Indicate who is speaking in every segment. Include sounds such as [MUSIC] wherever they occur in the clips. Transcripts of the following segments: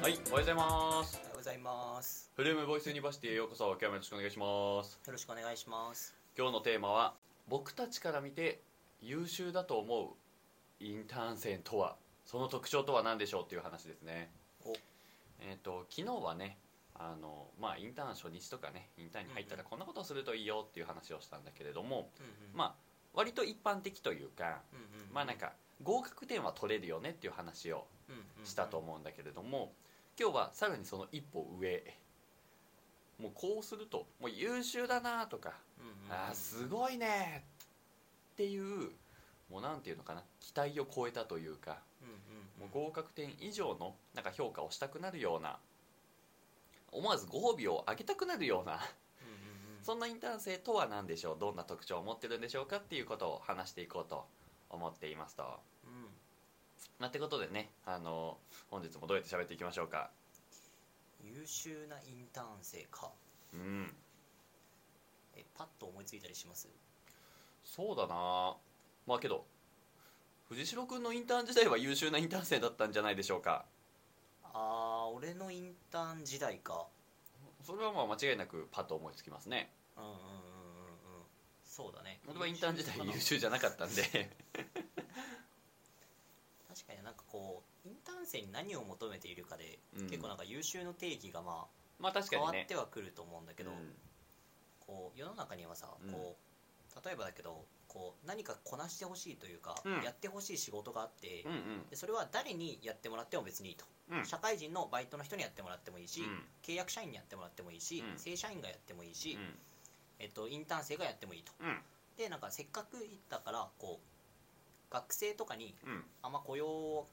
Speaker 1: おはようございます
Speaker 2: おはようございます
Speaker 1: フルームボイスユニバーシティへようこそ今日もよろしくお願いします
Speaker 2: よろしくお願いします
Speaker 1: 今日のテーマは僕たちから見て優秀だと思うインターン生とはその特徴とは何でしょうっていう話ですね
Speaker 2: お
Speaker 1: えっ、と昨日はねあのまあインターン初日とかねインターンに入ったらこんなことをするといいよっていう話をしたんだけれども、
Speaker 2: うんうん
Speaker 1: まあ割と一般的というか
Speaker 2: うんうん
Speaker 1: まあなんか合格点は取れるよねっていう話を
Speaker 2: うんうんうん
Speaker 1: したと思うんだけれども今日はさらにその一歩上もうこうするともう優秀だなとか、
Speaker 2: うんうんうん
Speaker 1: あーすごいねっていうもうなんていうのかな期待を超えたというか
Speaker 2: うんうん
Speaker 1: もう合格点以上のなんか評価をしたくなるような思わずご褒美をあげたくなるような
Speaker 2: うんうんうん
Speaker 1: そんなインターン生とは何でしょうどんな特徴を持ってるんでしょうかっていうことを話していこうと思っていますと。
Speaker 2: うん
Speaker 1: まあ、ってことでねあの本日もどうやって喋っていきましょうか。
Speaker 2: 優秀なインターン生か
Speaker 1: うん
Speaker 2: えパッと思いついたりします
Speaker 1: そうだなまあけど藤代君のインターン時代は優秀なインターン生だったんじゃないでしょうか
Speaker 2: あー俺のインターン時代か
Speaker 1: それはまあ間違いなくパッと思いつきますね
Speaker 2: うんうんうんうんうんそうだね
Speaker 1: 俺はインターン時代
Speaker 2: [LAUGHS] かな
Speaker 1: 優秀じゃなかったんで
Speaker 2: 確かになんかこうインターン生に何を求めているかで、
Speaker 1: うん
Speaker 2: [LAUGHS] 結構なんか優秀の定義がま
Speaker 1: まあ
Speaker 2: あ
Speaker 1: 確か
Speaker 2: 変わ
Speaker 1: に
Speaker 2: っ
Speaker 1: ね
Speaker 2: てはくると思うんだけど、
Speaker 1: うん
Speaker 2: こう世の中にはさ、
Speaker 1: うん
Speaker 2: こう例えばだけどこう何かこなしてほしいというか、
Speaker 1: うん
Speaker 2: やってほしい仕事があって、
Speaker 1: うん
Speaker 2: でそれは誰にやってもらっても別にいいと、
Speaker 1: うんうん
Speaker 2: 社会人のバイトの人にやってもらってもいいし、
Speaker 1: うん
Speaker 2: 契約社員にやってもらってもいいし、
Speaker 1: うん
Speaker 2: 正社員がやってもいいし、
Speaker 1: うん
Speaker 2: えっと、インターン生がやってもいいと
Speaker 1: うん
Speaker 2: でなんかせっかく行ったからこう学生とかに
Speaker 1: うん
Speaker 2: あんま雇用を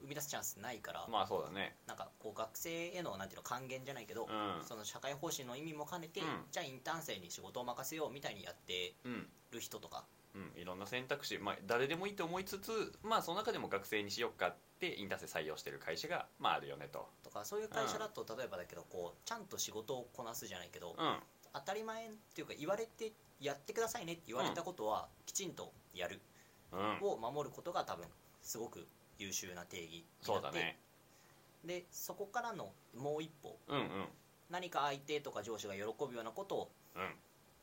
Speaker 2: 生み出すチャンスないから、
Speaker 1: まあそうだね
Speaker 2: なんかこう学生へのなんていうの還元じゃないけど、
Speaker 1: うん
Speaker 2: その社会方針の意味も兼ねて、
Speaker 1: うん
Speaker 2: じゃあインターン生に仕事を任せようみたいにやって
Speaker 1: うん
Speaker 2: る人とか、
Speaker 1: うん、いろんな選択肢、まあ、誰でもいいと思いつつ、まあ、その中でも学生にしよっかってインターン生採用してる会社が、まあ、あるよねと、
Speaker 2: とかそういう会社だと例えばだけどこうちゃんと仕事をこなすじゃないけど、
Speaker 1: うん、
Speaker 2: 当たり前っていうか言われてやってくださいねって言われたことはきちんとやる
Speaker 1: うん、
Speaker 2: を守ることが多分すごく優秀な定義にな
Speaker 1: そ
Speaker 2: って
Speaker 1: うだね
Speaker 2: でそこからのもう一歩
Speaker 1: うんうん
Speaker 2: 何か相手とか上司が喜ぶようなことを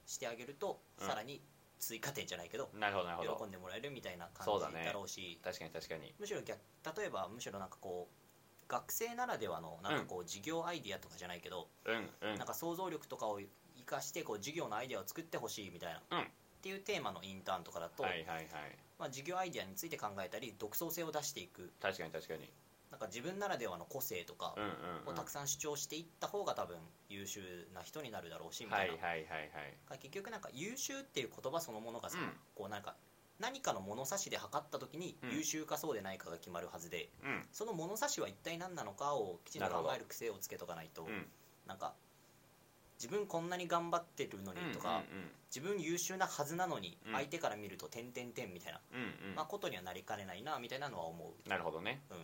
Speaker 2: してあげると、
Speaker 1: うん
Speaker 2: さらに追加点じゃないけど
Speaker 1: うんなるほどなるほ
Speaker 2: 喜
Speaker 1: ど
Speaker 2: んでもらえるみたいな
Speaker 1: そ
Speaker 2: 感
Speaker 1: うだね
Speaker 2: じだろうし
Speaker 1: 確かに確かに
Speaker 2: むしろ逆例えばむしろなんかこう学生ならではのなんかこう事業アイディアとかじゃないけど、
Speaker 1: うんうん
Speaker 2: なんか想像力とかを生かしてこう事業のアイディアを作ってほしいみたいな、
Speaker 1: うん
Speaker 2: っていうテーマのインターンとかだと、
Speaker 1: はいはいはい
Speaker 2: まあ、事業アイディアについて考えたり独創性を出していく
Speaker 1: 確かに確かに
Speaker 2: なんか自分ならではの個性とか
Speaker 1: うんうん、う
Speaker 2: を
Speaker 1: ん、
Speaker 2: たくさん主張していった方が多分優秀な人になるだろうしみ
Speaker 1: は
Speaker 2: た
Speaker 1: い
Speaker 2: いな、
Speaker 1: はいはいはい
Speaker 2: だから結局なんか優秀っていう言葉そのものがさ、
Speaker 1: うん
Speaker 2: こうなんか何かの物差しで測った時に
Speaker 1: うん
Speaker 2: 優秀かそうでないかが決まるはずで、
Speaker 1: うん
Speaker 2: その物差しは一体何なのかをきちんと考える癖をつけとかないと、
Speaker 1: うん
Speaker 2: なんか自分こんなに頑張ってるのにとか、自分優秀なはずなのに
Speaker 1: うん
Speaker 2: 相手から見ると点点点みたいな、
Speaker 1: うんうんうんうん
Speaker 2: まあ、ことにはなりかねないなみたいなのは思
Speaker 1: なるほどね
Speaker 2: う、うん、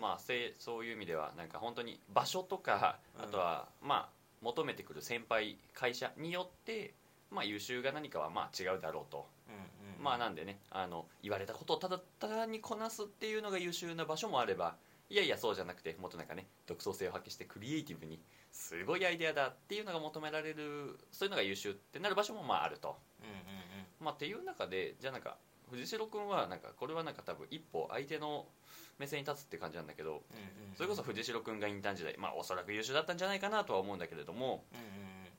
Speaker 1: まあせそういう意味ではなんか本当に場所とか
Speaker 2: うん
Speaker 1: あとは、まあ求めてくる先輩会社によってまあ優秀が何かはまあ違うだろうと、
Speaker 2: うんうん
Speaker 1: まあなんでねあの言われたことをただ単にこなすっていうのが優秀な場所もあればいやいやそうじゃなくてもっとなんかね独創性を発揮してクリエイティブにすごいアイデアだっていうのが求められるそういうのが優秀ってなる場所もまああると、
Speaker 2: うんうんうん
Speaker 1: まあ、っていう中でじゃあなんか藤代君はなんかこれはなんか多分一歩相手の目線に立つって感じなんだけど
Speaker 2: うんうん
Speaker 1: それこそ藤代君がインターン時代まあおそらく優秀だったんじゃないかなとは思うんだけれども
Speaker 2: うんうん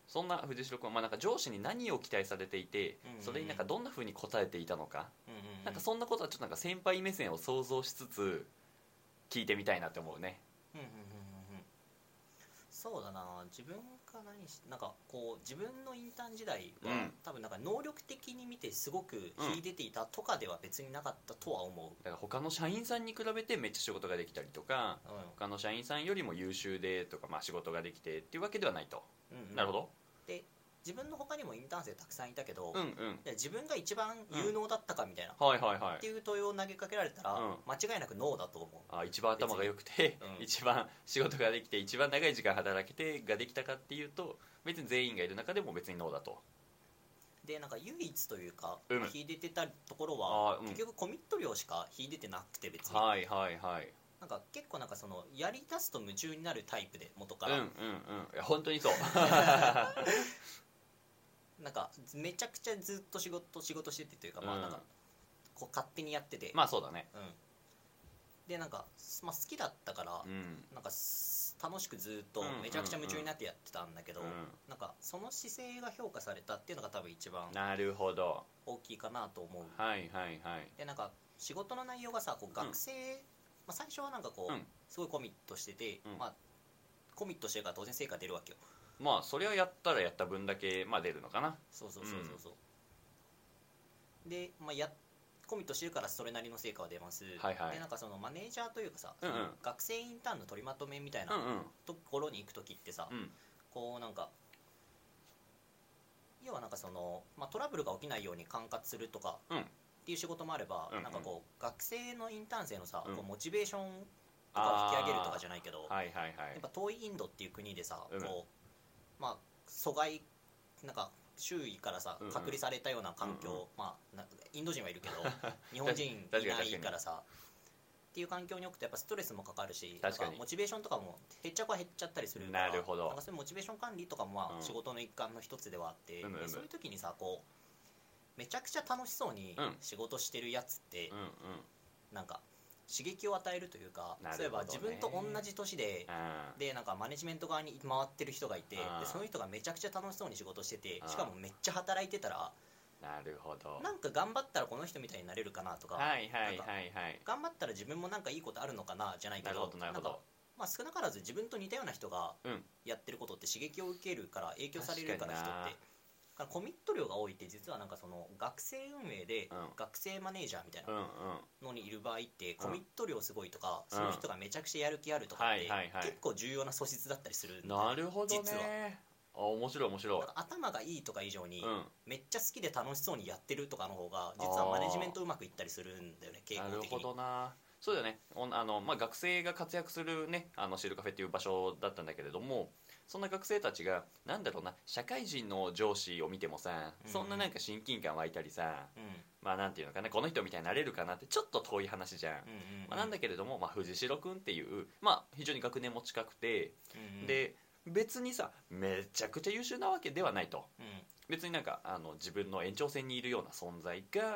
Speaker 1: そんな藤代君はまあなんか上司に何を期待されていて
Speaker 2: うん
Speaker 1: それになんかどんなふうに応えていたのか
Speaker 2: うんうんうん
Speaker 1: なんかそんなことはちょっとなんか先輩目線を想像しつつ聞いてみたいなって思うね
Speaker 2: うんうんうんうんうんそうだな自分が何しなんかこう自分のインターン時代は、
Speaker 1: うん
Speaker 2: 多分なんか能力的に見てすごく秀でていたとかでは別になかったとは思
Speaker 1: だから他の社員さんに比べてめっちゃ仕事ができたりとか
Speaker 2: う、うん
Speaker 1: 他の社員さんよりも優秀でとか、まあ、仕事ができてっていうわけではないと、
Speaker 2: うんうん
Speaker 1: なるほど
Speaker 2: 自分の他にもインターン生たくさんいたけど、
Speaker 1: うんうん
Speaker 2: で自分が一番有能だったかみたいな、
Speaker 1: はいはいは
Speaker 2: って
Speaker 1: い
Speaker 2: いう問いを投げかけられたら、
Speaker 1: うん
Speaker 2: 間違いなくノーだと思う
Speaker 1: あ一番頭が良くて、
Speaker 2: 別にうん
Speaker 1: 一番仕事ができて一番長い時間働けてができたかっていうと別に全員がいる中でも別にノーだと
Speaker 2: でなんか唯一というか、
Speaker 1: うん
Speaker 2: 秀でてたところ
Speaker 1: あー
Speaker 2: は、
Speaker 1: うん
Speaker 2: 結局コミット量しか秀でてなくて別に
Speaker 1: はいはいはい
Speaker 2: なんか結構なんかそのやり出すと夢中になるタイプで元か
Speaker 1: うんう
Speaker 2: ら、
Speaker 1: んうんいや本当にそう [LAUGHS]
Speaker 2: なんかめちゃくちゃずっと仕事仕事しててというか、まあ
Speaker 1: うん
Speaker 2: なんかこう勝手にやってて、
Speaker 1: まあそうだね
Speaker 2: うん、でなんか、まあ、好きだったから、
Speaker 1: うん
Speaker 2: なんかす楽しくずっと
Speaker 1: うんうんうん
Speaker 2: めちゃくちゃ夢中になってやってたんだけど、
Speaker 1: う
Speaker 2: なんかその姿勢が評価されたっていうのが多分一番
Speaker 1: んなるほど
Speaker 2: 大きいかなと思う
Speaker 1: はいはいはい
Speaker 2: でなんか仕事の内容がさこう学生、まあ、最初はなんかこう、
Speaker 1: うん
Speaker 2: すごいコミットしてて、
Speaker 1: うん
Speaker 2: まあ、コミットしてるから当然成果出るわけよ
Speaker 1: まあそれはやったらやった分だけまあ出るのかな
Speaker 2: そうそうそうそうそう、で、まあ、やコミットしてるからそれなりの成果は出ます、
Speaker 1: はいはい
Speaker 2: でなんかそのマネージャーというかさ、
Speaker 1: うんうん
Speaker 2: その学生インターンの取りまとめみたい
Speaker 1: うん
Speaker 2: な
Speaker 1: うん
Speaker 2: ところに行く時ってさ、
Speaker 1: うん
Speaker 2: こうなんか要はなんかその、まあ、トラブルが起きないように管轄するとか
Speaker 1: うん
Speaker 2: っていう仕事もあれば、
Speaker 1: うんうん
Speaker 2: なんかこう学生のインターン生のさ、
Speaker 1: うん
Speaker 2: こうモチベーションとかを引き上げるとかじ
Speaker 1: ゃ
Speaker 2: ゃないけど、
Speaker 1: はいはいは
Speaker 2: や
Speaker 1: い
Speaker 2: っぱ遠いインドっていう国でさ、
Speaker 1: うん
Speaker 2: こうまあ疎外なんか周囲からさ
Speaker 1: うんうん
Speaker 2: 隔離されたような環境、
Speaker 1: うんうん
Speaker 2: まあなインド人はいるけ
Speaker 1: [LAUGHS]
Speaker 2: ど日本人いないからさっていう環境に置くとやっぱストレスもかかるし
Speaker 1: 確かに
Speaker 2: なんモチベーションとかも減っちゃう子は減っちゃったりするから
Speaker 1: なるほど
Speaker 2: んかそういうモチベーション管理とかもまあ
Speaker 1: うん
Speaker 2: 仕事の一環の一つではあって、
Speaker 1: うんうんうん
Speaker 2: でそういう時にさこうめちゃくちゃ楽しそうに
Speaker 1: うん
Speaker 2: 仕事してるやつって、
Speaker 1: うんうん
Speaker 2: なんか刺激を与えるというか、
Speaker 1: なるほどね
Speaker 2: そういえば自分と同じ年で
Speaker 1: あー
Speaker 2: でなんかマネジメント側に回ってる人がいてで
Speaker 1: あー
Speaker 2: その人がめちゃくちゃ楽しそうに仕事してて
Speaker 1: あー
Speaker 2: しかもめっちゃ働いてたら
Speaker 1: なるほど
Speaker 2: なんか頑張ったらこの人みたいになれるかなとか、
Speaker 1: はいはいはいはい
Speaker 2: 頑張ったら自分もなんかいいことあるのかなじゃないけ
Speaker 1: なる
Speaker 2: ど
Speaker 1: ほどなるほ
Speaker 2: んか
Speaker 1: ど
Speaker 2: まあ、少なからず自分と似たような人が
Speaker 1: うん
Speaker 2: やってることって刺激を受けるから影響されるから
Speaker 1: 確
Speaker 2: 人っ
Speaker 1: か
Speaker 2: て
Speaker 1: にな
Speaker 2: だからコミット量が多いって実はなんかその学生運営で
Speaker 1: うん
Speaker 2: 学生マネージャーみたい
Speaker 1: うん
Speaker 2: な
Speaker 1: うん
Speaker 2: のにいる場合って
Speaker 1: うん
Speaker 2: コミット量すごいとか、
Speaker 1: うん
Speaker 2: その人がめちゃくちゃやる気あるとかって、
Speaker 1: はいはいはい
Speaker 2: 結構重要な素質だったりするんだよね
Speaker 1: なるほど
Speaker 2: 実は
Speaker 1: ねあ面白い面白い
Speaker 2: なんか頭がいいとか以上に、
Speaker 1: う
Speaker 2: めっちゃ好きで楽しそうにやってるとかの方が実はマネジメントうまくいったりするんだよね
Speaker 1: ん
Speaker 2: 傾
Speaker 1: な
Speaker 2: 向
Speaker 1: る
Speaker 2: 的
Speaker 1: ほ
Speaker 2: に
Speaker 1: どなそうだよねおあの、まあ、学生が活躍するねあのシールカフェっていう場所だったんだけれどもそんな学生たちがなんだろうな社会人の上司を見てもさ
Speaker 2: うん
Speaker 1: そんななんか親近感湧いたりさ、
Speaker 2: うん
Speaker 1: まあなんていうのかなこの人みたいになれるかなってちょっと遠い話じゃん、
Speaker 2: うんうんうん
Speaker 1: まあ、なんだけれども、まあ、藤代君っていう、まあ、非常に学年も近くて、
Speaker 2: うんうん
Speaker 1: で別にさめちゃくちゃ優秀なわけではないと
Speaker 2: うん
Speaker 1: 別になんかあの自分の延長線にいるような存在が、
Speaker 2: うん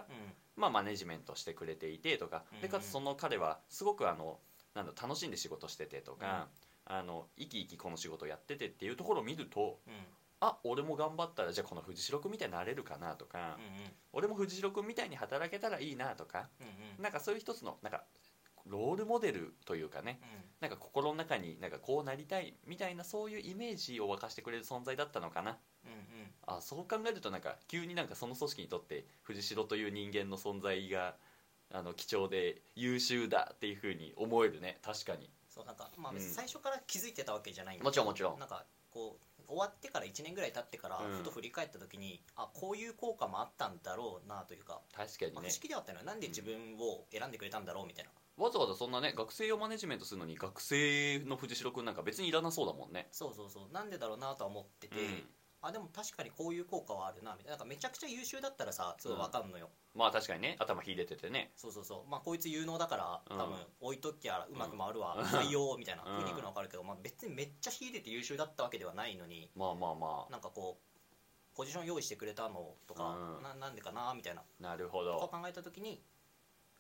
Speaker 1: まあ、マネジメントしてくれていてとか
Speaker 2: うんうん
Speaker 1: でかつその彼はすごくあのなんだ楽しんで仕事しててとか、あの生き生きこの仕事やっててっていうところを見ると
Speaker 2: うん
Speaker 1: あ俺も頑張ったらじゃあこの藤代君みたいになれるかなとか、
Speaker 2: うんうん
Speaker 1: 俺も藤代君みたいに働けたらいいなとか
Speaker 2: うんうん
Speaker 1: なんかそういう一つのなんかロールモデルというかねなんか心の中になんかこうなりたいみたいなそういうイメージを沸かしてくれる存在だったのかな
Speaker 2: うんうん
Speaker 1: あそう考えるとなんか急になんかその組織にとって藤代という人間の存在があの貴重で優秀だっていうふうに思えるね確かに
Speaker 2: そうなんかまあ
Speaker 1: うん
Speaker 2: 別に最初から気づいてたわけじゃないだけど
Speaker 1: もちろんもちろん
Speaker 2: なんかこう終わってから1年ぐらい経ってから
Speaker 1: うん
Speaker 2: ふと振り返った時にあこういう効果もあったんだろうなというか
Speaker 1: 確かに
Speaker 2: まあ不
Speaker 1: ね
Speaker 2: 思議ではあったのはなんで自分を選んでくれたんだろうみたいな
Speaker 1: わざわざそんなね学生をマネジメントするのに学生の藤代君なんか別にいらなそうだもんね
Speaker 2: そうそうそうなんでだろうなとは思ってて
Speaker 1: うん
Speaker 2: あでも確かにこういう効果はあるなみたいななんかめちゃくちゃ優秀だったらさすごいわかんのよ、
Speaker 1: まあ確かにね頭秀でててね
Speaker 2: そうそうそうまあこいつ有能だから
Speaker 1: うん
Speaker 2: 多分置いときゃうまく回るわ、
Speaker 1: うん
Speaker 2: 採用みたいな
Speaker 1: うん
Speaker 2: 風にいくのわかるけど、まあ、別にめっちゃ秀でて優秀だったわけではないのに
Speaker 1: まあまあま
Speaker 2: なんかこうポジション用意してくれたのとか、
Speaker 1: うん
Speaker 2: ななんでかなみたいな
Speaker 1: あなるほ
Speaker 2: と
Speaker 1: ど
Speaker 2: か考えた時に、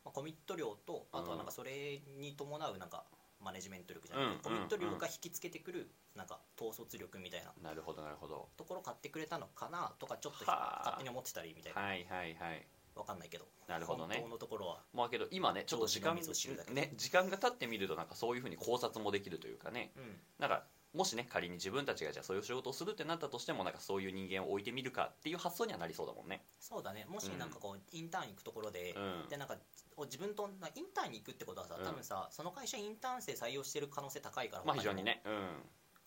Speaker 2: まあ、コミット量とあとはなんかそれに伴うなんかマネジメント力じゃなくて、
Speaker 1: うん
Speaker 2: コミット量が引きつけてくるなんか統率力みたいな
Speaker 1: なるほどなるほど
Speaker 2: ところ買ってくれたのかなとかちょっと
Speaker 1: はあ
Speaker 2: 勝手に思ってたりみたいな
Speaker 1: はいはいはい
Speaker 2: わかんないけど
Speaker 1: なるほどね
Speaker 2: 本当のところは
Speaker 1: まあけど今ねちょっと時間
Speaker 2: 上司の水を知るだけ
Speaker 1: ね時間が経ってみるとなんかそういうふうに考察もできるというかね
Speaker 2: うん
Speaker 1: なんかもしね仮に自分たちがじゃあそういう仕事をするってなったとしてもなんかそういう人間を置いてみるかっていう発想にはなりそうだもんね
Speaker 2: そうだねもし
Speaker 1: うん
Speaker 2: なんかこう、インターン行くところで
Speaker 1: う、ん
Speaker 2: でなんかお自分となインターンに行くってことはさ
Speaker 1: うん
Speaker 2: 多分さ、その会社インターン生採用してる可能性高いから、
Speaker 1: まあ
Speaker 2: 他
Speaker 1: 非常にね
Speaker 2: も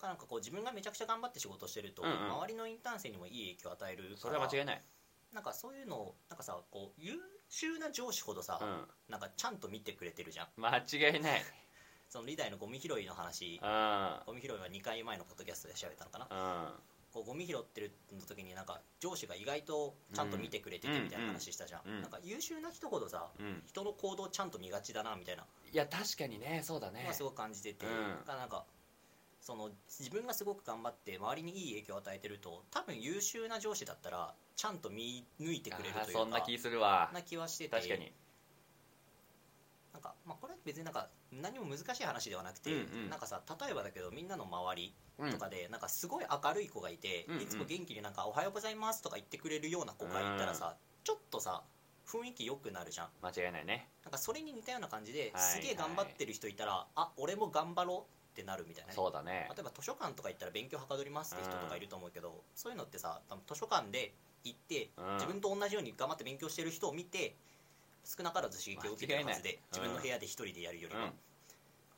Speaker 2: なんかこう自分がめちゃくちゃ頑張って仕事してると、
Speaker 1: うんうん
Speaker 2: 周りのインターン生にもいい影響を与えるから
Speaker 1: うんそれは間違いない
Speaker 2: なんかそういうのをなんかさこう優秀な上司ほどさ、
Speaker 1: う
Speaker 2: なんかちゃんと見てくれてるじゃん
Speaker 1: ん間違いない
Speaker 2: そのリーダーのゴミ拾いの話
Speaker 1: うん
Speaker 2: ゴミ拾いは2回前のポッドキャストで喋ったのかな
Speaker 1: うん
Speaker 2: こうゴミ拾ってるの時になんか上司が意外とちゃんと見てくれててみたいな話したじゃん、
Speaker 1: うんうん
Speaker 2: なんか優秀な人ほどさ
Speaker 1: うん、
Speaker 2: 人の行動ちゃんと見がちだなみたいな、
Speaker 1: いや確かにねそうだね
Speaker 2: まあ、すごく感じてて、
Speaker 1: うん
Speaker 2: だからなんかその自分がすごく頑張って周りにいい影響を与えてると多分優秀な上司だったらちゃんと見抜いてくれる
Speaker 1: あー
Speaker 2: というか
Speaker 1: そんな気するわ
Speaker 2: な気はしてて
Speaker 1: 確かに
Speaker 2: なんか、まあ、これは別になんか何も難しい話ではなくて、
Speaker 1: うんうん
Speaker 2: なんかさ例えばだけどみんなの周り
Speaker 1: うん
Speaker 2: とかで、なんかすごい明るい子がいて、
Speaker 1: うんうん
Speaker 2: いつも元気になんか「おはようございます」とか言ってくれるような子がいたらさ、ちょっとさ雰囲気良くなるじゃん
Speaker 1: 間違いないね
Speaker 2: なんかそれに似たような感じで、
Speaker 1: はい
Speaker 2: すげえ頑張ってる人いたら「あ俺も頑張ろう」ってなるみたいなね
Speaker 1: そうだね
Speaker 2: 例えば図書館とか行ったら勉強はかどりますって人とかいると思うけど、そういうのってさ多分図書館で行って、
Speaker 1: うん
Speaker 2: 自分と同じように頑張って勉強してる人を見て少なからず刺激を受けてるはずで、
Speaker 1: 間違い
Speaker 2: 自
Speaker 1: ない
Speaker 2: 分の部屋で一人でやるより
Speaker 1: う
Speaker 2: も、
Speaker 1: ん
Speaker 2: ま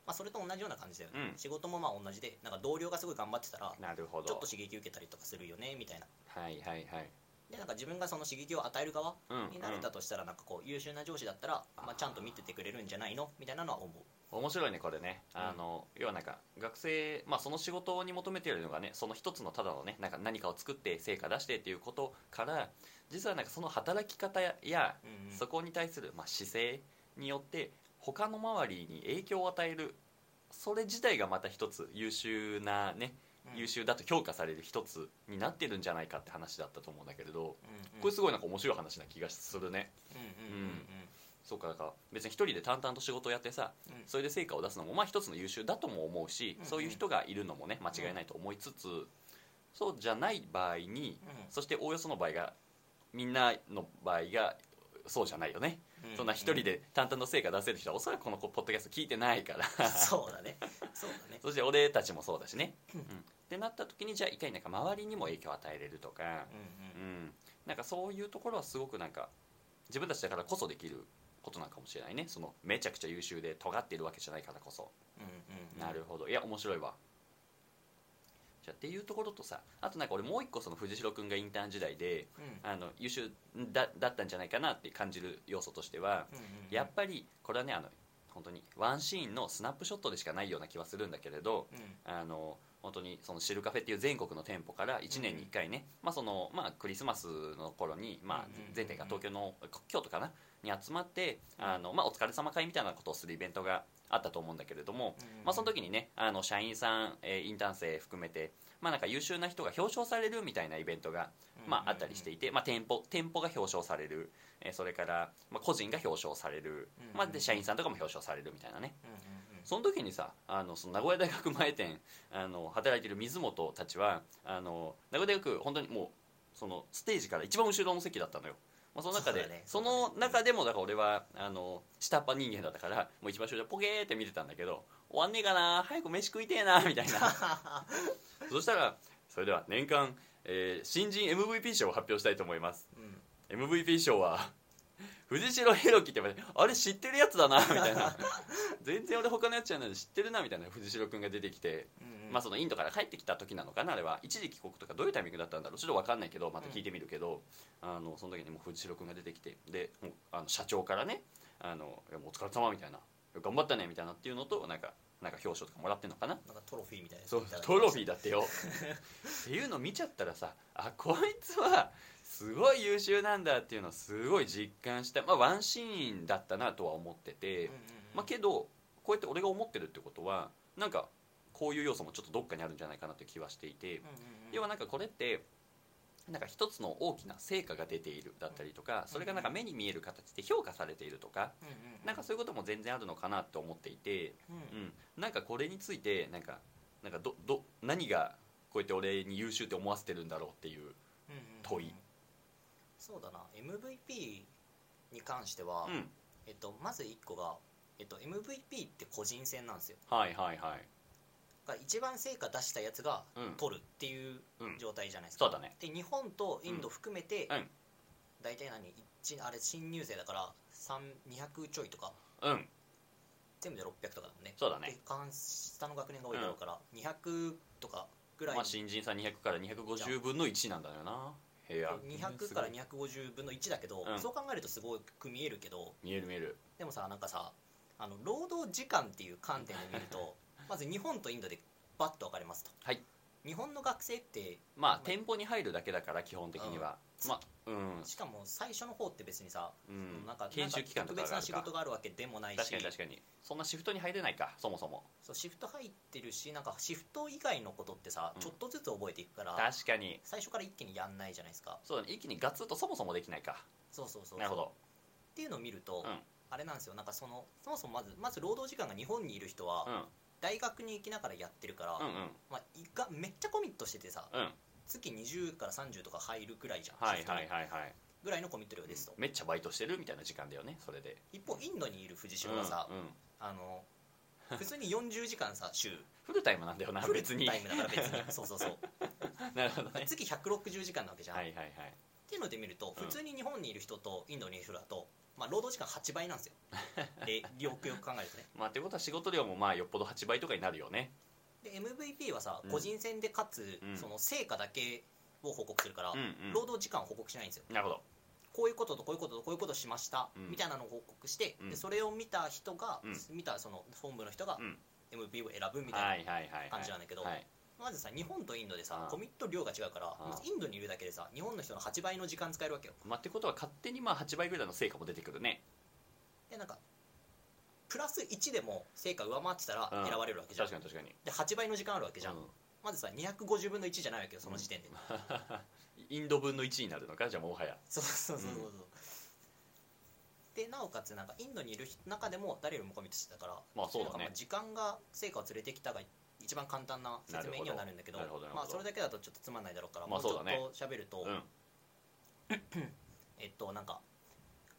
Speaker 2: あ、それと同じような感じだよね、
Speaker 1: うん
Speaker 2: 仕事もまあ同じでなんか同僚がすごい頑張ってたら
Speaker 1: なるほ
Speaker 2: ちょ
Speaker 1: ど
Speaker 2: っと刺激受けたりとかするよねみたいな
Speaker 1: はいはいはい
Speaker 2: でなんか自分がその刺激を与える側
Speaker 1: うん、
Speaker 2: になれたとしたらなんかこう優秀な上司だったら、まあ、ちゃんと見ててくれるんじゃないのみたいなのは思う
Speaker 1: 面白いねこれね
Speaker 2: うん
Speaker 1: あの、要はなんか学生、まあ、その仕事に求めているのがねその一つのただのねなんか何かを作って成果出してっていうことから実はなんかその働き方や、
Speaker 2: うんうん
Speaker 1: そこに対する、まあ、姿勢によって他の周りに影響を与えるそれ自体がまた一つ優秀なね、
Speaker 2: うん
Speaker 1: 優秀だと評価される一つになってるんじゃないかって話だったと思うんだけれど、
Speaker 2: うんうん
Speaker 1: これすごいなんか面白い話な気がするね
Speaker 2: うんうんうん
Speaker 1: そうかだから別に一人で淡々と仕事をやってさ
Speaker 2: うんうん
Speaker 1: それで成果を出すのもまあ一つの優秀だとも思うし、
Speaker 2: うんうん
Speaker 1: そういう人がいるのもね間違いないと思いつつ、そうじゃない場合に
Speaker 2: う
Speaker 1: そしておおよその場合がみんなの場合がそうじゃないよね、
Speaker 2: んう
Speaker 1: そんな一人で淡々と成果出せる人はおそらくこのポッドキャスト聞いてないから
Speaker 2: [LAUGHS] そうだねそうだね
Speaker 1: そして俺たちもそうだしね、
Speaker 2: うん
Speaker 1: うんってなった時にじゃあいかになんか周りにも影響を与えれるとか、
Speaker 2: うんうん
Speaker 1: うん、なんかそういうところはすごくなんか自分たちだからこそできることなんかもしれないねそのめちゃくちゃ優秀で尖ってるわけじゃないからこそ
Speaker 2: うんうんうん
Speaker 1: なるほどいや面白いわじゃあっていうところとさあとなんか俺もう一個その藤代君がインターン時代で
Speaker 2: うんうん
Speaker 1: あの優秀だだったんじゃないかなって感じる要素としては
Speaker 2: うん
Speaker 1: やっぱりこれはねあの本当にワンシーンのスナップショットでしかないような気はするんだけれど
Speaker 2: うん
Speaker 1: あの本当にそのシルカフェっていう全国の店舗から1年に1回ね、まあそのまあ、クリスマスの頃に、まあ
Speaker 2: うんうんうん、
Speaker 1: 全店が東京の京都かなに集まって
Speaker 2: うん
Speaker 1: あの、まあ、お疲れ様会みたいなことをするイベントがあったと思うんだけれども、
Speaker 2: うん
Speaker 1: まあ、その時にねあの社員さん、えーインターン生含めて、まあ、なんか優秀な人が表彰されるみたいなイベントが、まあ、あったりしていて、まあ、店舗店舗が表彰される、えーそれから、まあ、個人が表彰される、まあ、で社員さんとかも表彰されるみたいなね
Speaker 2: うんうんうん
Speaker 1: その時にさあのその名古屋大学前店あの働いてる水本たちはあの名古屋大学本当にもうそのステージから一番後ろの席だったのよ、まあ、その中で
Speaker 2: そう
Speaker 1: そ,、
Speaker 2: だね
Speaker 1: の中でもだから俺はあの下っ端人間だったからもう一番後ろでポケーって見てたんだけど終わんねえかな早く飯食いてえなみたいな
Speaker 2: [LAUGHS]
Speaker 1: そしたらそれでは年間、えー新人 MVP 賞を発表したいと思います
Speaker 2: うん
Speaker 1: MVP 賞は [LAUGHS] 藤代弘樹って言われてあれ知ってるやつだなみたい
Speaker 2: [LAUGHS]
Speaker 1: な全然俺他のやつじゃないのに知ってるなみたいな藤代君が出てきて、
Speaker 2: うんうん
Speaker 1: まあそのインドから帰ってきた時なのかなあれは一時帰国とかどういうタイミングだったんだろうちょっと分かんないけどまた聞いてみるけど、あのその時にもう藤代君が出てきてでもうあの社長からねあのいやもうお疲れ様みたいな頑張ったねみたいなっていうのとなんかなんか表彰とかもらってんのかな
Speaker 2: なんかトロフィーみたいなやつ
Speaker 1: そう
Speaker 2: いただきました
Speaker 1: トロフィーだってよっていうの見ちゃったらさあこいつはすごい優秀なんだっていうのをすごい実感した、まあ、ワンシーンだったなとは思ってて、
Speaker 2: うんうんうん
Speaker 1: まあ、けどこうやって俺が思ってるってことはなんかこういう要素もちょっとどっかにあるんじゃないかなという気はしていて、
Speaker 2: うんうんうん
Speaker 1: 要はなんかこれってなんか一つの大きな成果が出ているだったりとかそれがなんか目に見える形で評価されているとか
Speaker 2: うんうんうん
Speaker 1: なんかそういうことも全然あるのかなと思っていて、
Speaker 2: うん
Speaker 1: うん、なんかこれについてなんかなんかどど何がこうやって俺に優秀って思わせてるんだろうっていう
Speaker 2: うんうんうん
Speaker 1: 問い
Speaker 2: そうだな MVP に関しては
Speaker 1: うん
Speaker 2: えっとまず一個がえっと MVP って個人戦なんですよ
Speaker 1: はいはいはい
Speaker 2: だから一番成果出したやつが
Speaker 1: うん
Speaker 2: 取るっていう
Speaker 1: うん
Speaker 2: 状態じゃないですか
Speaker 1: そうだね
Speaker 2: で日本とインド含めて、
Speaker 1: うんうん
Speaker 2: 大体何一あれ新入生だから3200ちょいとか
Speaker 1: うん
Speaker 2: 全部で600とかだもんね
Speaker 1: そうだ
Speaker 2: で
Speaker 1: ね
Speaker 2: 関下の学年が多いだろうから、200とかぐらい、
Speaker 1: まあ新人さん200から250分の1なんだよな部屋
Speaker 2: 200から250分の1だけど、
Speaker 1: うん
Speaker 2: そう考えるとすごく見えるけど
Speaker 1: 見える見える
Speaker 2: でもさなんかさあの労働時間っていう観点で見るとまず日本とインドでバッと分かれますと、
Speaker 1: はい
Speaker 2: 日本の学生って
Speaker 1: まあ店舗に入るだけだから基本的には、まあうん、
Speaker 2: しかも最初の方って別にさ、
Speaker 1: うん、
Speaker 2: なんか
Speaker 1: 研修期間と
Speaker 2: 特
Speaker 1: か
Speaker 2: 別
Speaker 1: があ
Speaker 2: な
Speaker 1: る
Speaker 2: 仕
Speaker 1: か
Speaker 2: 事があるわけでもないし
Speaker 1: 確かに確かにそんなシフトに入れないかそもそも
Speaker 2: そうシフト入ってるしなんかシフト以外のことってさ、
Speaker 1: うん
Speaker 2: ちょっとずつ覚えていくから
Speaker 1: 確かに
Speaker 2: 最初から一気にやんないじゃないですか
Speaker 1: そうだね一気にガツッとそもそもできないか
Speaker 2: そうそうそう
Speaker 1: なるほど
Speaker 2: っていうのを見ると、
Speaker 1: うん
Speaker 2: あれなんですよなんかそのそもそもまずまず労働時間が日本にいる人は、
Speaker 1: うん
Speaker 2: 大学に行きながらやってるから、
Speaker 1: うんうん
Speaker 2: まあ、いがめっちゃコミットしててさ、
Speaker 1: うん
Speaker 2: 月20から30とか入るくらいじゃん、
Speaker 1: は
Speaker 2: シ
Speaker 1: い
Speaker 2: フト
Speaker 1: は
Speaker 2: に
Speaker 1: いはいはい
Speaker 2: ぐらいのコミット量ですと、
Speaker 1: めっちゃバイトしてるみたいな時間だよねそれで
Speaker 2: 一方インドにいる藤代がさ、
Speaker 1: うんうん
Speaker 2: あの普通に40時間さ週
Speaker 1: [LAUGHS] フルタイムなんだよな
Speaker 2: フル
Speaker 1: 別に
Speaker 2: タイ [LAUGHS] ムだから別に
Speaker 1: [LAUGHS]
Speaker 2: そうそうそう
Speaker 1: なるほどね
Speaker 2: 月160時間なわけじゃん、
Speaker 1: はい
Speaker 2: っ
Speaker 1: はいはい
Speaker 2: ていうので見ると
Speaker 1: うん
Speaker 2: 普通に日本にいる人とインドにいる人だと、まあ、労働時間8倍なんですよ
Speaker 1: [LAUGHS]
Speaker 2: でよくよく考えるとね
Speaker 1: まあってことは仕事量もまあよっぽど8倍とかになるよね
Speaker 2: で MVP はさ、
Speaker 1: うん
Speaker 2: 個人戦でかつ、
Speaker 1: うん
Speaker 2: その成果だけを報告するから、
Speaker 1: うん
Speaker 2: 労働時間を報告しないんですよ
Speaker 1: うんなるほど
Speaker 2: こういうこととこういうこととこういうことしました、
Speaker 1: うん
Speaker 2: みたいなのを報告して、
Speaker 1: うん
Speaker 2: でそれを見た人が、
Speaker 1: う
Speaker 2: 見たその本部の人が
Speaker 1: うん
Speaker 2: MVP を選ぶみたいな、
Speaker 1: はいはいはいはい
Speaker 2: 感じなんだけど
Speaker 1: はい
Speaker 2: まずさ日本とインドでさ
Speaker 1: ああ
Speaker 2: コミット量が違うから
Speaker 1: ああ
Speaker 2: まずインドにいるだけでさ日本の人の8倍の時間使えるわけよ
Speaker 1: まあってことは勝手にまあ8倍ぐらいの成果も出てくるね
Speaker 2: でなんかプラス1でも成果上回ってたら
Speaker 1: うん
Speaker 2: 選ばれるわけじゃん、
Speaker 1: 確かに確かに
Speaker 2: で8倍の時間あるわけじゃん、
Speaker 1: うん
Speaker 2: まずさ250分の1じゃないわけよその時点で、
Speaker 1: インド分の1になるのかじゃあもはや
Speaker 2: そうそうそうそうそう、でなおかつなんかインドにいる人中でも誰よりもコミットしてたから
Speaker 1: まあそうだ
Speaker 2: なんかまあ
Speaker 1: ね
Speaker 2: 時間が成果を連れてきたが一番簡単な説明にはなるんだけど
Speaker 1: なるほどなるほど
Speaker 2: まあ、それだけだとちょっとつまんないだろうから、
Speaker 1: まあ
Speaker 2: もうちょ
Speaker 1: そ
Speaker 2: っ
Speaker 1: うだね
Speaker 2: と喋ると、
Speaker 1: うん
Speaker 2: えっとなんか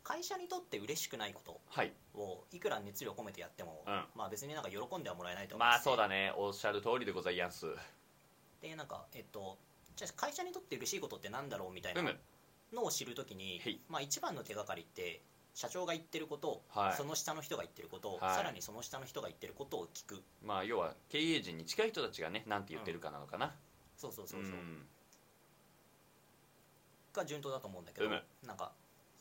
Speaker 2: 会社にとって嬉しくないこ
Speaker 1: はい
Speaker 2: とをいくら熱量込めてやっても、
Speaker 1: うん
Speaker 2: まあ別になんか喜んではもらえないと思うん
Speaker 1: ま
Speaker 2: で
Speaker 1: あ
Speaker 2: すね
Speaker 1: そうだねおっしゃる通りでございやんす
Speaker 2: でなんかえっとじゃあ会社にとって嬉しいことってなんだろうみたいうな
Speaker 1: む
Speaker 2: のを知るときに、
Speaker 1: はい
Speaker 2: まあ、一番の手がかりって社長が言ってること、
Speaker 1: はい
Speaker 2: その下の人が言ってること、
Speaker 1: はい
Speaker 2: さらにその下の人が言ってることを聞く
Speaker 1: まあ要は経営陣に近い人たちがねなんて言ってるかなのかな
Speaker 2: そうそう
Speaker 1: う
Speaker 2: そ
Speaker 1: ん
Speaker 2: うそう、が順当だと思うんだけど、
Speaker 1: うむ
Speaker 2: なんか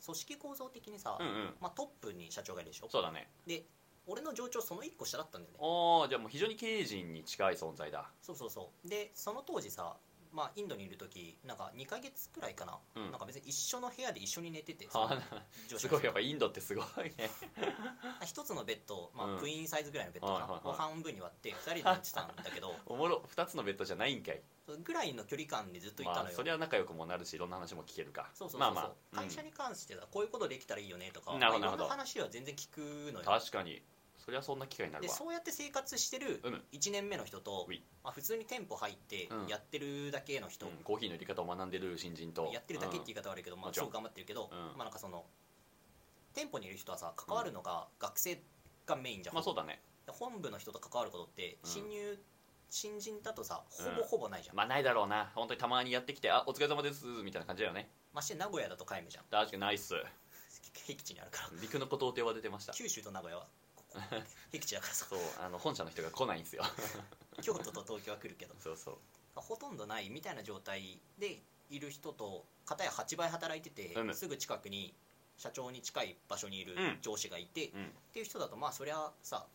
Speaker 2: 組織構造的にさ、
Speaker 1: うんうん
Speaker 2: まあ、トップに社長がいるでしょ
Speaker 1: そうだね
Speaker 2: で俺の上長その1個下だったんだよね
Speaker 1: おーじゃあもう非常に経営陣に近い存在だ
Speaker 2: そうそうそうでその当時さまあインドにいる時なんか2ヶ月くらいかな、
Speaker 1: うん
Speaker 2: なんか別に一緒の部屋で一緒に寝てて
Speaker 1: は
Speaker 2: 上司
Speaker 1: [LAUGHS] す
Speaker 2: が
Speaker 1: ごいやっぱインドってすごい
Speaker 2: [LAUGHS]
Speaker 1: ね
Speaker 2: 一つのベッド、まあ
Speaker 1: うん
Speaker 2: クイーンサイズぐらいのベッドか
Speaker 1: は
Speaker 2: な、
Speaker 1: いはいはい
Speaker 2: を半分に割って2人で寝てたんだ
Speaker 1: [LAUGHS]
Speaker 2: けど
Speaker 1: おもろ2つのベッドじゃないんかい
Speaker 2: ぐらいの距離感でずっといたのよ、
Speaker 1: まあ、そりゃ仲良くもなるしいろんな話も聞けるか
Speaker 2: そうそうそうそう、
Speaker 1: まあまあ
Speaker 2: 会社に関してさこういうことできたらいいよねとか、
Speaker 1: なるほど
Speaker 2: まあい
Speaker 1: なるほ
Speaker 2: ろ
Speaker 1: ど
Speaker 2: んな話は全然聞くの
Speaker 1: うん
Speaker 2: よ
Speaker 1: 確かにそりゃそんな機会になる
Speaker 2: で
Speaker 1: わ
Speaker 2: そうやって生活してる
Speaker 1: うむ
Speaker 2: 1年目の人と、
Speaker 1: うい
Speaker 2: まあ、普通に店舗入って
Speaker 1: うん
Speaker 2: やってるだけの人、
Speaker 1: うんコーヒーの入れ方を学んでる新人と
Speaker 2: やってるだけって言い方はあるけど、ま
Speaker 1: も
Speaker 2: あ、
Speaker 1: ち
Speaker 2: す
Speaker 1: ろん
Speaker 2: ごく頑張ってるけど、
Speaker 1: うん
Speaker 2: まあ、なんかその店舗にいる人はさ関わるのが学生がメインじゃ
Speaker 1: うん
Speaker 2: ん、
Speaker 1: まあそうだね
Speaker 2: 本部の人と関わることって
Speaker 1: うん
Speaker 2: 新入、新人だとさほ
Speaker 1: うん
Speaker 2: ぼほぼないじゃん、
Speaker 1: まあないだろうな本当にたまにやってきてあお疲れ様ですみたいな感じだよね
Speaker 2: まして名古屋だと皆無じゃん
Speaker 1: 確かにナイス
Speaker 2: 僻地にあるから
Speaker 1: 陸の孤島って呼ばれてま
Speaker 2: [LAUGHS]
Speaker 1: した
Speaker 2: 九州と名古屋はこ [LAUGHS] こ僻地だからさ
Speaker 1: そうあの本社の人が来ないんですよ
Speaker 2: 京都と東京は来るけど
Speaker 1: そうそう
Speaker 2: ほとんどないみたいな状態でいる人と片や8倍働いてて、
Speaker 1: うん
Speaker 2: すぐ近くに社長に近い場所にいる
Speaker 1: うん
Speaker 2: 上司がいて、っ
Speaker 1: うん
Speaker 2: ていう人だとまあそりゃさ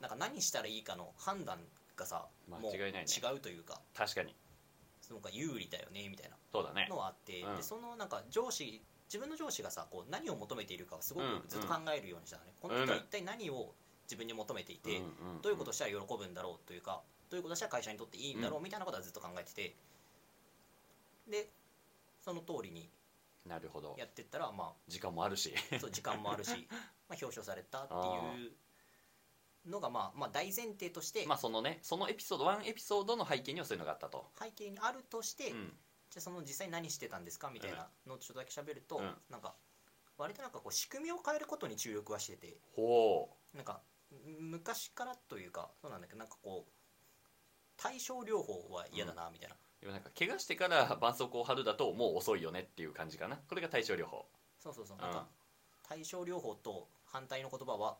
Speaker 2: なんか何したらいいかの判断がさ
Speaker 1: 間
Speaker 2: もう
Speaker 1: 違いないね
Speaker 2: 違うというか
Speaker 1: 確かに
Speaker 2: そのか有利だよねみたい
Speaker 1: そうだね
Speaker 2: なのはあって、
Speaker 1: うん
Speaker 2: でそのなんか上司自分の上司がさこう何を求めているかをすごく
Speaker 1: うん
Speaker 2: ずっと考えるようにしたのね、この人は一体何を自分に求めていて、
Speaker 1: うんんん
Speaker 2: どういうことをしたら喜ぶんだろうというかどういうことをしたら会社にとっていいんだろうみたいなことはずっと考えてて、でその通りに
Speaker 1: なるほど
Speaker 2: やってったら、ま
Speaker 1: 時間もあるし [LAUGHS]
Speaker 2: あ、そう時間もあるしまあ表彰されたっていうのが、まあまあ、大前提として、
Speaker 1: まあそのねそのエピソードワンエピソードの背景にはそういうのがあったと
Speaker 2: 背景にあるとして、
Speaker 1: う
Speaker 2: じ
Speaker 1: ん
Speaker 2: ゃあその実際何してたんですかみたいなのをちょっとだけ喋ると、
Speaker 1: うん
Speaker 2: なんか割となんかこう仕組みを変えることに注力はしてて
Speaker 1: ほ
Speaker 2: なんかむ昔からというかそうなんだけどなんかこう対症療法は嫌だなみたいな。
Speaker 1: うでもなんか怪我してから絆創膏を貼るだともう遅いよねっていう感じかなこれが対症療法
Speaker 2: そうそうそう
Speaker 1: うん
Speaker 2: なんか対症療法と反対の言葉は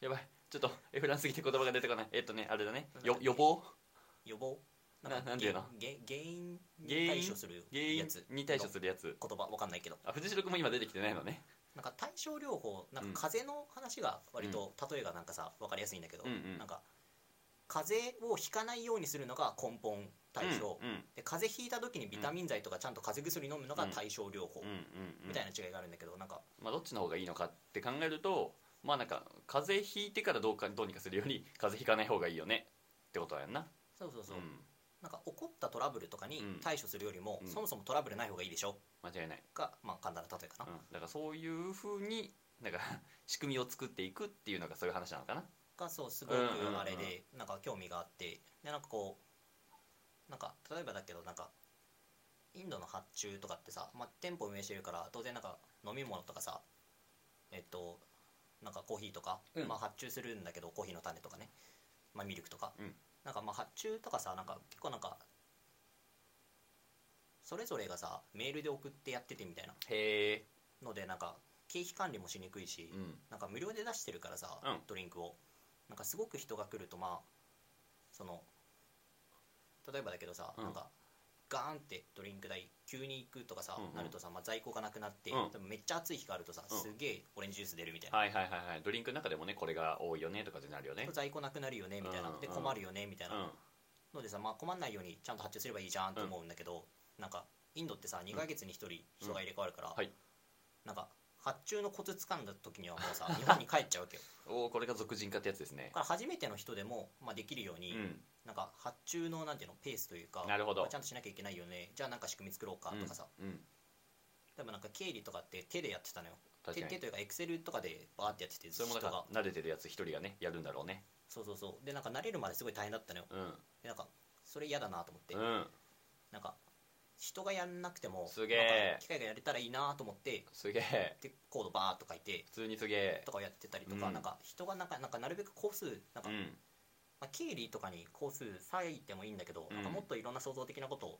Speaker 1: やばいちょっとエフランスぎて言葉が出てこないえっとねあれだね
Speaker 2: なんだ
Speaker 1: よ
Speaker 2: っけ
Speaker 1: 予防
Speaker 2: 予防
Speaker 1: な
Speaker 2: か
Speaker 1: なんていうの
Speaker 2: げげ原因
Speaker 1: 原因
Speaker 2: に対処する
Speaker 1: 原
Speaker 2: や
Speaker 1: 因
Speaker 2: つ
Speaker 1: に対処するやつ
Speaker 2: 言葉わかんないけど
Speaker 1: あ藤代君も今出てきてないのね
Speaker 2: なんか対症療法なん
Speaker 1: うん
Speaker 2: か風邪の話が割と例えがなんかさわかりやすいんだけど
Speaker 1: うんうん
Speaker 2: なんか風邪をひかないようにするのが根本対症、
Speaker 1: うんうん
Speaker 2: で風邪ひいた時にビタミン剤とかちゃんと風邪薬飲むのが対症療法
Speaker 1: うんうんうん
Speaker 2: みたいな違いがあるんだけどなんか
Speaker 1: まあ、どっちの方がいいのかって考えるとまあなんか風邪ひいてからどうかどうにかするより風邪ひかない方がいいよねってことやんな
Speaker 2: そうそうそう、
Speaker 1: ん、
Speaker 2: なんか起こったトラブルとかに
Speaker 1: うん
Speaker 2: 対処するよりも、
Speaker 1: うん
Speaker 2: そもそもトラブルない方がいいでしょ
Speaker 1: 間違いない、
Speaker 2: が、まあ、簡単な例えか
Speaker 1: う
Speaker 2: な、
Speaker 1: ん、だからそういうふうになんか [LAUGHS] 仕組みを作っていくっていうのがそういう話なのかな
Speaker 2: がそうすごく
Speaker 1: うんうんうん
Speaker 2: あれで、なんか興味があってでなんかこうなんか例えばだけどなんかインドの発注とかってさ、まあ、店舗運営してるから当然なんか飲み物とかさえっとなんかコーヒーとか、
Speaker 1: うん
Speaker 2: まあ、発注するんだけどコーヒーの種とかね、まあ、ミルクとか、
Speaker 1: うん
Speaker 2: なんかまあ発注とかさなんか結構なんかそれぞれがさメールで送ってやっててみたいな
Speaker 1: へえ
Speaker 2: のでなんか経費管理もしにくいし、
Speaker 1: うん
Speaker 2: なんか無料で出してるからさ、
Speaker 1: うん
Speaker 2: ドリンクをなんかすごく人が来るとまあその例えばだけどさ、
Speaker 1: うん
Speaker 2: なんかガーンってドリンク代急に行くとかさ、
Speaker 1: うんうん
Speaker 2: なるとさ、まあ、在庫がなくなって、
Speaker 1: うん
Speaker 2: でもめっちゃ暑い日があるとさ、
Speaker 1: うん
Speaker 2: すげえオレンジジュース出るみたいな、
Speaker 1: はいはいはいはいドリンクの中でもねこれが多いよねとかってなるよね
Speaker 2: 在庫なくなるよねみたいな、
Speaker 1: うんうん
Speaker 2: で困るよねみたいな、
Speaker 1: うん
Speaker 2: のでさ、まあ、困んないようにちゃんと発注すればいいじゃんと思うんだけど、なんかインドってさ2ヶ月に1人人が入れ替わるから、
Speaker 1: はい
Speaker 2: なんか発注のコツ掴んだ時にはもうさ日本に帰っちゃうわけよ
Speaker 1: おおこれが俗人化ってやつですね
Speaker 2: だから初めての人でも、まあ、できるよう
Speaker 1: う
Speaker 2: に、
Speaker 1: ん
Speaker 2: なんか発注のなんていうのペースというか
Speaker 1: なるほど
Speaker 2: まあちゃんとしなきゃいけないよねじゃあなんか仕組み作ろうかとかさ、
Speaker 1: うんうん
Speaker 2: でもなんか経理とかって手でやってたのよ
Speaker 1: 確
Speaker 2: 手
Speaker 1: か
Speaker 2: 手
Speaker 1: に
Speaker 2: というかエクセルとかでバーってやってて
Speaker 1: それも
Speaker 2: 人
Speaker 1: なん
Speaker 2: が
Speaker 1: か慣れてるやつ一人がねやるんだろうね
Speaker 2: そうそうそうでなんか慣れるまですごい大変だったのよ
Speaker 1: うん
Speaker 2: でなんかそれ嫌だなと思って、
Speaker 1: うん
Speaker 2: なんか人がやんなくても
Speaker 1: すげえ
Speaker 2: なんか機械がやれたらいいなと思って
Speaker 1: すげえ
Speaker 2: でコードバーっと書いて
Speaker 1: 普通にすげえ
Speaker 2: とかをやってたりとか、
Speaker 1: うん
Speaker 2: なんか人がなんかなんかなるべく個数なんか、
Speaker 1: うん
Speaker 2: まあ、経理とかに工数割いてもいいんだけど、
Speaker 1: うん
Speaker 2: なんかもっといろんな創造的なことを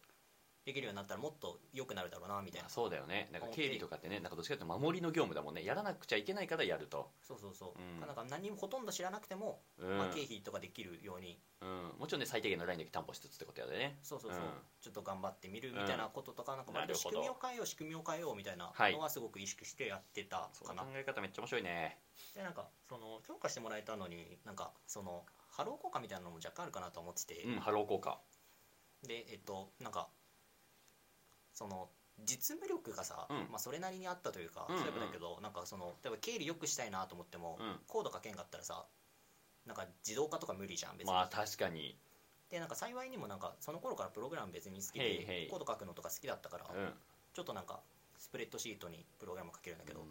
Speaker 2: できるようになったらもっと良くなるだろうなみたい
Speaker 1: ま
Speaker 2: な、
Speaker 1: あそうだよねなんか経理とかってねなんかどっちかっていうと守りの業務だもんねやらなくちゃいけないからやると、
Speaker 2: そうそうそう、
Speaker 1: うん
Speaker 2: なんか何もほとんど知らなくても、
Speaker 1: うん
Speaker 2: まあ、経費とかできるように
Speaker 1: うん、もちろんね最低限のラインだけ担保しつつってことやでね
Speaker 2: そうそうそう、
Speaker 1: うん
Speaker 2: ちょっと頑張ってみるみたいなこととか、なんか
Speaker 1: なる
Speaker 2: 割
Speaker 1: ほど
Speaker 2: と仕組みを変えよう仕組みを変えようみたいな
Speaker 1: はい
Speaker 2: のはすごく意識してやってた
Speaker 1: そ
Speaker 2: か
Speaker 1: の
Speaker 2: な、
Speaker 1: 考え方めっちゃ面白いね
Speaker 2: でなんかその評価してもらえたのになんかそのハロー効果みたいなのも若干あるかなと思ってて、
Speaker 1: うんハロー効果
Speaker 2: でえっとなんかその実務力がさ、
Speaker 1: うん
Speaker 2: まあ、それなりにあったというか
Speaker 1: うん
Speaker 2: 例
Speaker 1: うん
Speaker 2: えばだけど、なんかその例えば経理よくしたいなと思っても、
Speaker 1: うん
Speaker 2: コード書けんかったらさなんか自動化とか無理じゃん別に、
Speaker 1: まあ確かに
Speaker 2: でなんか幸いにもなんかその頃からプログラム別に好きで
Speaker 1: へいへい
Speaker 2: コード書くのとか好きだったから、
Speaker 1: うん
Speaker 2: ちょっとなんかスプレッドシートにプログラム書けるんだけど、
Speaker 1: うん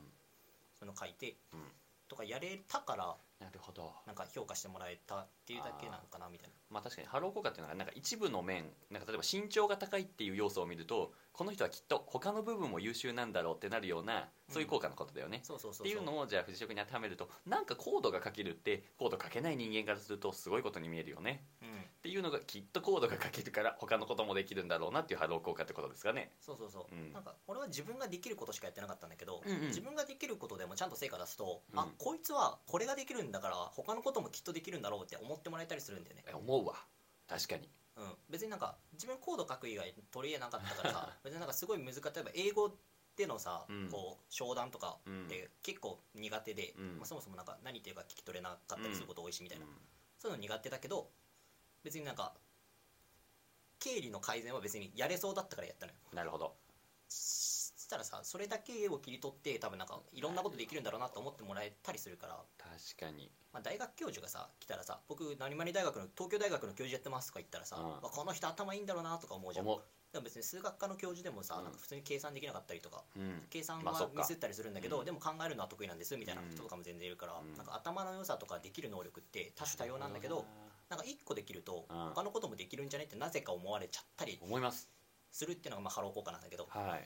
Speaker 2: その書いて、
Speaker 1: うん
Speaker 2: とかやれたから
Speaker 1: なるほど
Speaker 2: なんか評価してもらえたっていうだけなのかなみたいな
Speaker 1: まあ確かにハロー効果っていうのはなんか一部の面なんか例えば身長が高いっていう要素を見るとこの人はきっと他の部分も優秀なんだろうってなるようなそういう効果のことだよね、
Speaker 2: そうそうそうそ
Speaker 1: っていうのをじゃあ藤職に当てはめるとなんかコードが書けるってコード書けない人間からするとすごいことに見えるよね
Speaker 2: うん、
Speaker 1: っていうのがきっとコードが書けるから他のこともできるんだろうなっていうハロー効果ってことですかね
Speaker 2: そうそうそう、
Speaker 1: うん
Speaker 2: なんか俺は自分ができることしかやってなかったんだけど、
Speaker 1: うんうん
Speaker 2: 自分ができることでもちゃんと成果出すと、
Speaker 1: うん
Speaker 2: あこいつはこれができるんだから他のこともきっとできるんだろうって思ってもらえたりするんだよね、
Speaker 1: え思うわ確かに
Speaker 2: うん、別になんか自分コード書く以外取り入れなかったからさ別になんかすごい難しい例えば英語でのさ、
Speaker 1: うん
Speaker 2: こう商談とか
Speaker 1: うん
Speaker 2: って結構苦手で、
Speaker 1: うん
Speaker 2: まあ、そもそもなんか何言ってるか聞き取れなかったりすること多いしみたいな、
Speaker 1: うん
Speaker 2: そういうの苦手だけど別になんか経理の改善は別にやれそうだったからやったのよ
Speaker 1: なるほど
Speaker 2: ししたらさそれだけを切り取って多分なんかいろんなことできるんだろうなと思ってもらえたりするから、
Speaker 1: 確かに
Speaker 2: まあ、大学教授がさ来たらさ僕何々大学の東京大学の教授やってますとか言ったらさ、
Speaker 1: うん
Speaker 2: まあこの人頭いいんだろうなとか思うじゃんで
Speaker 1: 思
Speaker 2: も別に数学科の教授でもさ、
Speaker 1: うん
Speaker 2: なんか普通に計算できなかったりとか
Speaker 1: う、うん、
Speaker 2: 計算
Speaker 1: まあそ
Speaker 2: は
Speaker 1: っか
Speaker 2: ミスったりするんだけど、
Speaker 1: うん
Speaker 2: でも考えるのは得意なんですみたいな
Speaker 1: うん
Speaker 2: 人とかも全然いるから、
Speaker 1: うん
Speaker 2: なんか頭の良さとかできる能力って多種多様なんだけどなんか1個できると
Speaker 1: うん
Speaker 2: 他のこともできるんじゃねってなぜか思われちゃったり
Speaker 1: 思います
Speaker 2: するっていうのがまあハロー効果なんだけど
Speaker 1: はい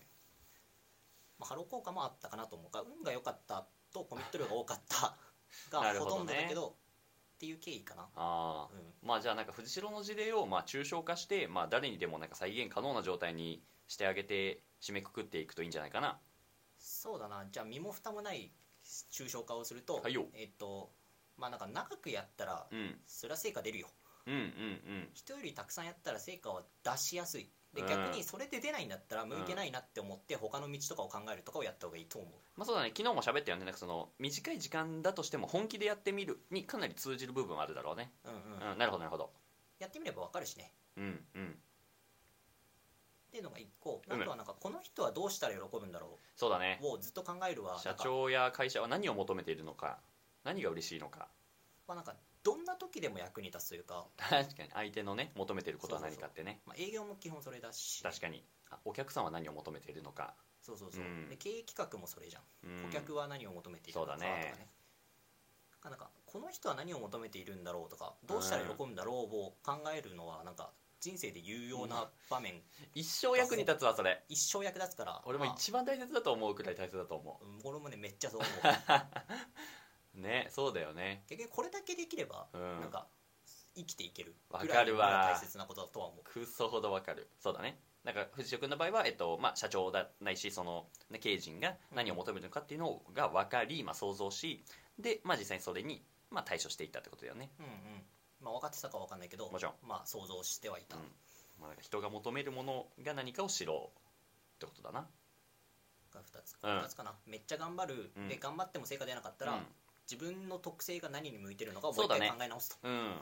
Speaker 2: まあ、ハロー効果もあったかなと思うから運が良かったとコミット量が多か
Speaker 1: [LAUGHS]
Speaker 2: った
Speaker 1: な
Speaker 2: が
Speaker 1: るほ
Speaker 2: ほ
Speaker 1: どね
Speaker 2: とんどだけどっていう経緯かな、
Speaker 1: ああ
Speaker 2: うん、
Speaker 1: まあじゃあなんか藤代の事例をまあ抽象化してまあ誰にでもなんか再現可能な状態にしてあげて締めくくっていくといいんじゃないかな
Speaker 2: そうだなじゃあ身も蓋もない抽象化をすると、
Speaker 1: はいよ
Speaker 2: えっとまあなんか長くやったら
Speaker 1: うん
Speaker 2: そりゃ成果出るよ
Speaker 1: うんうんうん
Speaker 2: 人よりたくさんやったら成果は出しやすいで
Speaker 1: うん
Speaker 2: 逆にそれで出ないんだったら向いてないなって思って他の道とかを考えるとかをやった方がいいと思う
Speaker 1: まあそうだね昨日も喋ったよねなんかその短い時間だとしても本気でやってみるにかなり通じる部分はあるだろうね
Speaker 2: うんうん、
Speaker 1: うんなるほどなるほど
Speaker 2: やってみればわかるしね
Speaker 1: うんうん
Speaker 2: っていうのが一個
Speaker 1: うん
Speaker 2: あとはなんかこの人はどうしたら喜ぶんだろ
Speaker 1: そうだね
Speaker 2: うをずっと考えるは
Speaker 1: 社長や会社は何を求めているのか何が嬉しいのか
Speaker 2: なんかまあなんかどんな時でも役に立つというか、
Speaker 1: 確かに相手のね求めていることは何かってね
Speaker 2: まあ、営業も基本それだし
Speaker 1: 確かにあお客さんは何を求めているのか
Speaker 2: そうそうそう、
Speaker 1: うん
Speaker 2: で経営企画もそれじゃん
Speaker 1: うん
Speaker 2: 顧客は何を求めているのか
Speaker 1: そう
Speaker 2: と
Speaker 1: だ
Speaker 2: か
Speaker 1: ね
Speaker 2: ね,、なんかこの人は何を求めているんだろうとかどうしたら喜ぶんだろうを考えるのはなんか人生で有用な場面、
Speaker 1: 一生役に立つわそれ
Speaker 2: 一生役立つから
Speaker 1: 俺も
Speaker 2: まあ
Speaker 1: 一番大切だと思うくらい大切だと思
Speaker 2: うん俺もねめっちゃそう思
Speaker 1: [LAUGHS]
Speaker 2: う
Speaker 1: うねそうだよね
Speaker 2: 逆にこれだけできれば、
Speaker 1: う
Speaker 2: なん
Speaker 1: ん
Speaker 2: か生きていける
Speaker 1: わ
Speaker 2: ぐ
Speaker 1: から
Speaker 2: い
Speaker 1: る
Speaker 2: の
Speaker 1: わ
Speaker 2: が大切なことだとは思う
Speaker 1: クソほどわかるそうだねなんか藤代君の場合は、えっとまあ、社長だないしその、ね、経営陣が何を求めてるのかっていうのが分かり、まあ、想像しで、まあ、実際にそれに、まあ、対処していったってことだよね、
Speaker 2: うんうんまあ分かってたかは分かんないけど
Speaker 1: もちろん
Speaker 2: まあ想像してはいた、
Speaker 1: うんまあ、なんか人が求めるものが何かを知ろうってことだな
Speaker 2: が2つ
Speaker 1: うん
Speaker 2: 二つかな、めっちゃ頑張る、
Speaker 1: うん
Speaker 2: で頑張っても成果出なかったら、
Speaker 1: うん
Speaker 2: 自分の特性が何に向いてるのかをも
Speaker 1: そうう
Speaker 2: 一
Speaker 1: だ
Speaker 2: 回
Speaker 1: ね
Speaker 2: 考え直すと、
Speaker 1: うん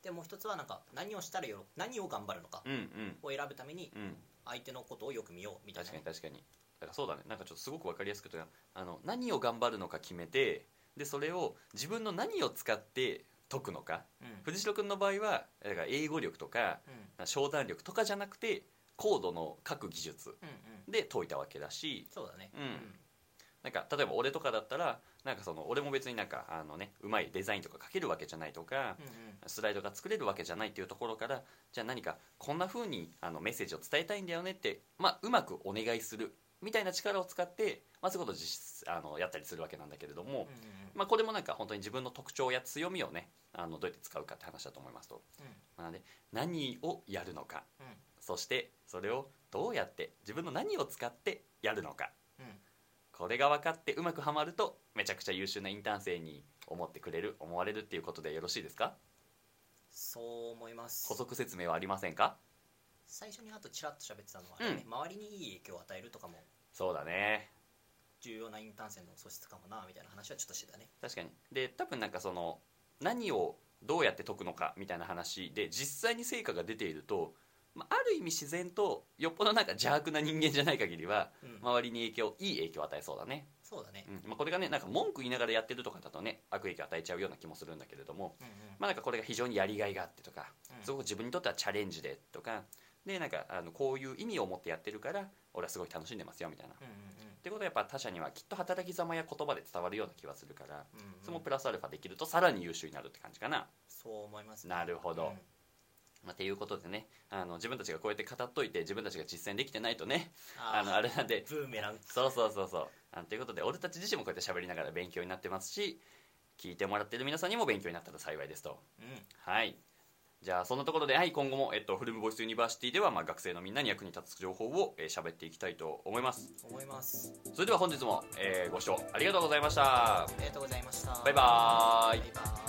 Speaker 2: でもう一つはなんか何をしたらよろ何を頑張るのか
Speaker 1: うんうん
Speaker 2: を選ぶために
Speaker 1: うん
Speaker 2: 相手のことをよく見ようみたい
Speaker 1: 確
Speaker 2: な
Speaker 1: かに
Speaker 2: ね、
Speaker 1: 確かにだからそうだねなんかちょっとすごく分かりやすくてあの何を頑張るのか決めてでそれを自分の何を使って解くのか藤代君の場合はだから英語力とか
Speaker 2: うんうん
Speaker 1: 商談力とかじゃなくて高度の各技術
Speaker 2: うんうん
Speaker 1: で解いたわけだし
Speaker 2: そうだね
Speaker 1: うんなんか例えば俺とかだったらなんかその俺も別になんかあのねうまいデザインとか書けるわけじゃないとか
Speaker 2: うんうん
Speaker 1: スライドが作れるわけじゃないっていうところからじゃあ何かこんな風にあのメッセージを伝えたいんだよねって、まあ、うまくお願いするみたいな力を使って、まあ、そういうことを実あのやったりするわけなんだけれども、
Speaker 2: うんうん
Speaker 1: まあ、これもなんか本当に自分の特徴や強みをねあのどうやって使うかって話だと思いますと、まあなので何をやるのか
Speaker 2: うんうん
Speaker 1: そしてそれをどうやって自分の何を使ってやるのか
Speaker 2: うん
Speaker 1: これが分かってうまくはまるとめちゃくちゃ優秀なインターン生に思ってくれる思われるっていうことでよろしいですか
Speaker 2: そう思います
Speaker 1: 補足説明はありませんか
Speaker 2: 最初にあとちらっと喋ってたのはあれね、
Speaker 1: う
Speaker 2: 周りにいい影響を与えるとかも
Speaker 1: そうだね
Speaker 2: 重要なインターン生の素質かもなみたいな話はちょっとしてたね
Speaker 1: 確かにで多分なんかその何をどうやって解くのかみたいな話で実際に成果が出ていると、まあ、ある意味自然とよっぽどなんか邪悪な人間じゃない限りは
Speaker 2: うん、
Speaker 1: 周りに影響いい影響を与えそうだね、
Speaker 2: そうだね
Speaker 1: うんまあ、これがねなんか文句言いながらやってるとかだとね悪影響を与えちゃうような気もするんだけれども、
Speaker 2: うんうん
Speaker 1: まあ、なんかこれが非常にやりがいがあってとか
Speaker 2: うん
Speaker 1: すごく自分にとってはチャレンジでとかでなんかあのこういう意味を持ってやってるから俺はすごい楽しんでますよみたいな。っ
Speaker 2: うんうん
Speaker 1: てことはやっぱ他者にはきっと働きざまや言葉で伝わるような気はするから
Speaker 2: うんうんうん
Speaker 1: それもプラスアルファできるとさらに優秀になるって感じかな。
Speaker 2: そう思います
Speaker 1: なるほど
Speaker 2: うん
Speaker 1: まあ、っていうことでねあの自分たちがこうやって語っといて自分たちが実践できてないとね
Speaker 2: あ
Speaker 1: あのあれなんで
Speaker 2: ブーメラン
Speaker 1: そうそうそうそうあのということで俺たち自身もこうやって喋りながら勉強になってますし聞いてもらってる皆さんにも勉強になったら幸いですと。
Speaker 2: うん
Speaker 1: はいじゃあそんなところで、はい、今後も、えっと、フルームボイスユニバーシティでは、まあ、学生のみんなに役に立つ情報を、えー喋っていきたいと思います
Speaker 2: 思います
Speaker 1: それでは本日も、えーご視聴ありがとうございました
Speaker 2: ありがとうございました
Speaker 1: バイバーイ
Speaker 2: バイバーイ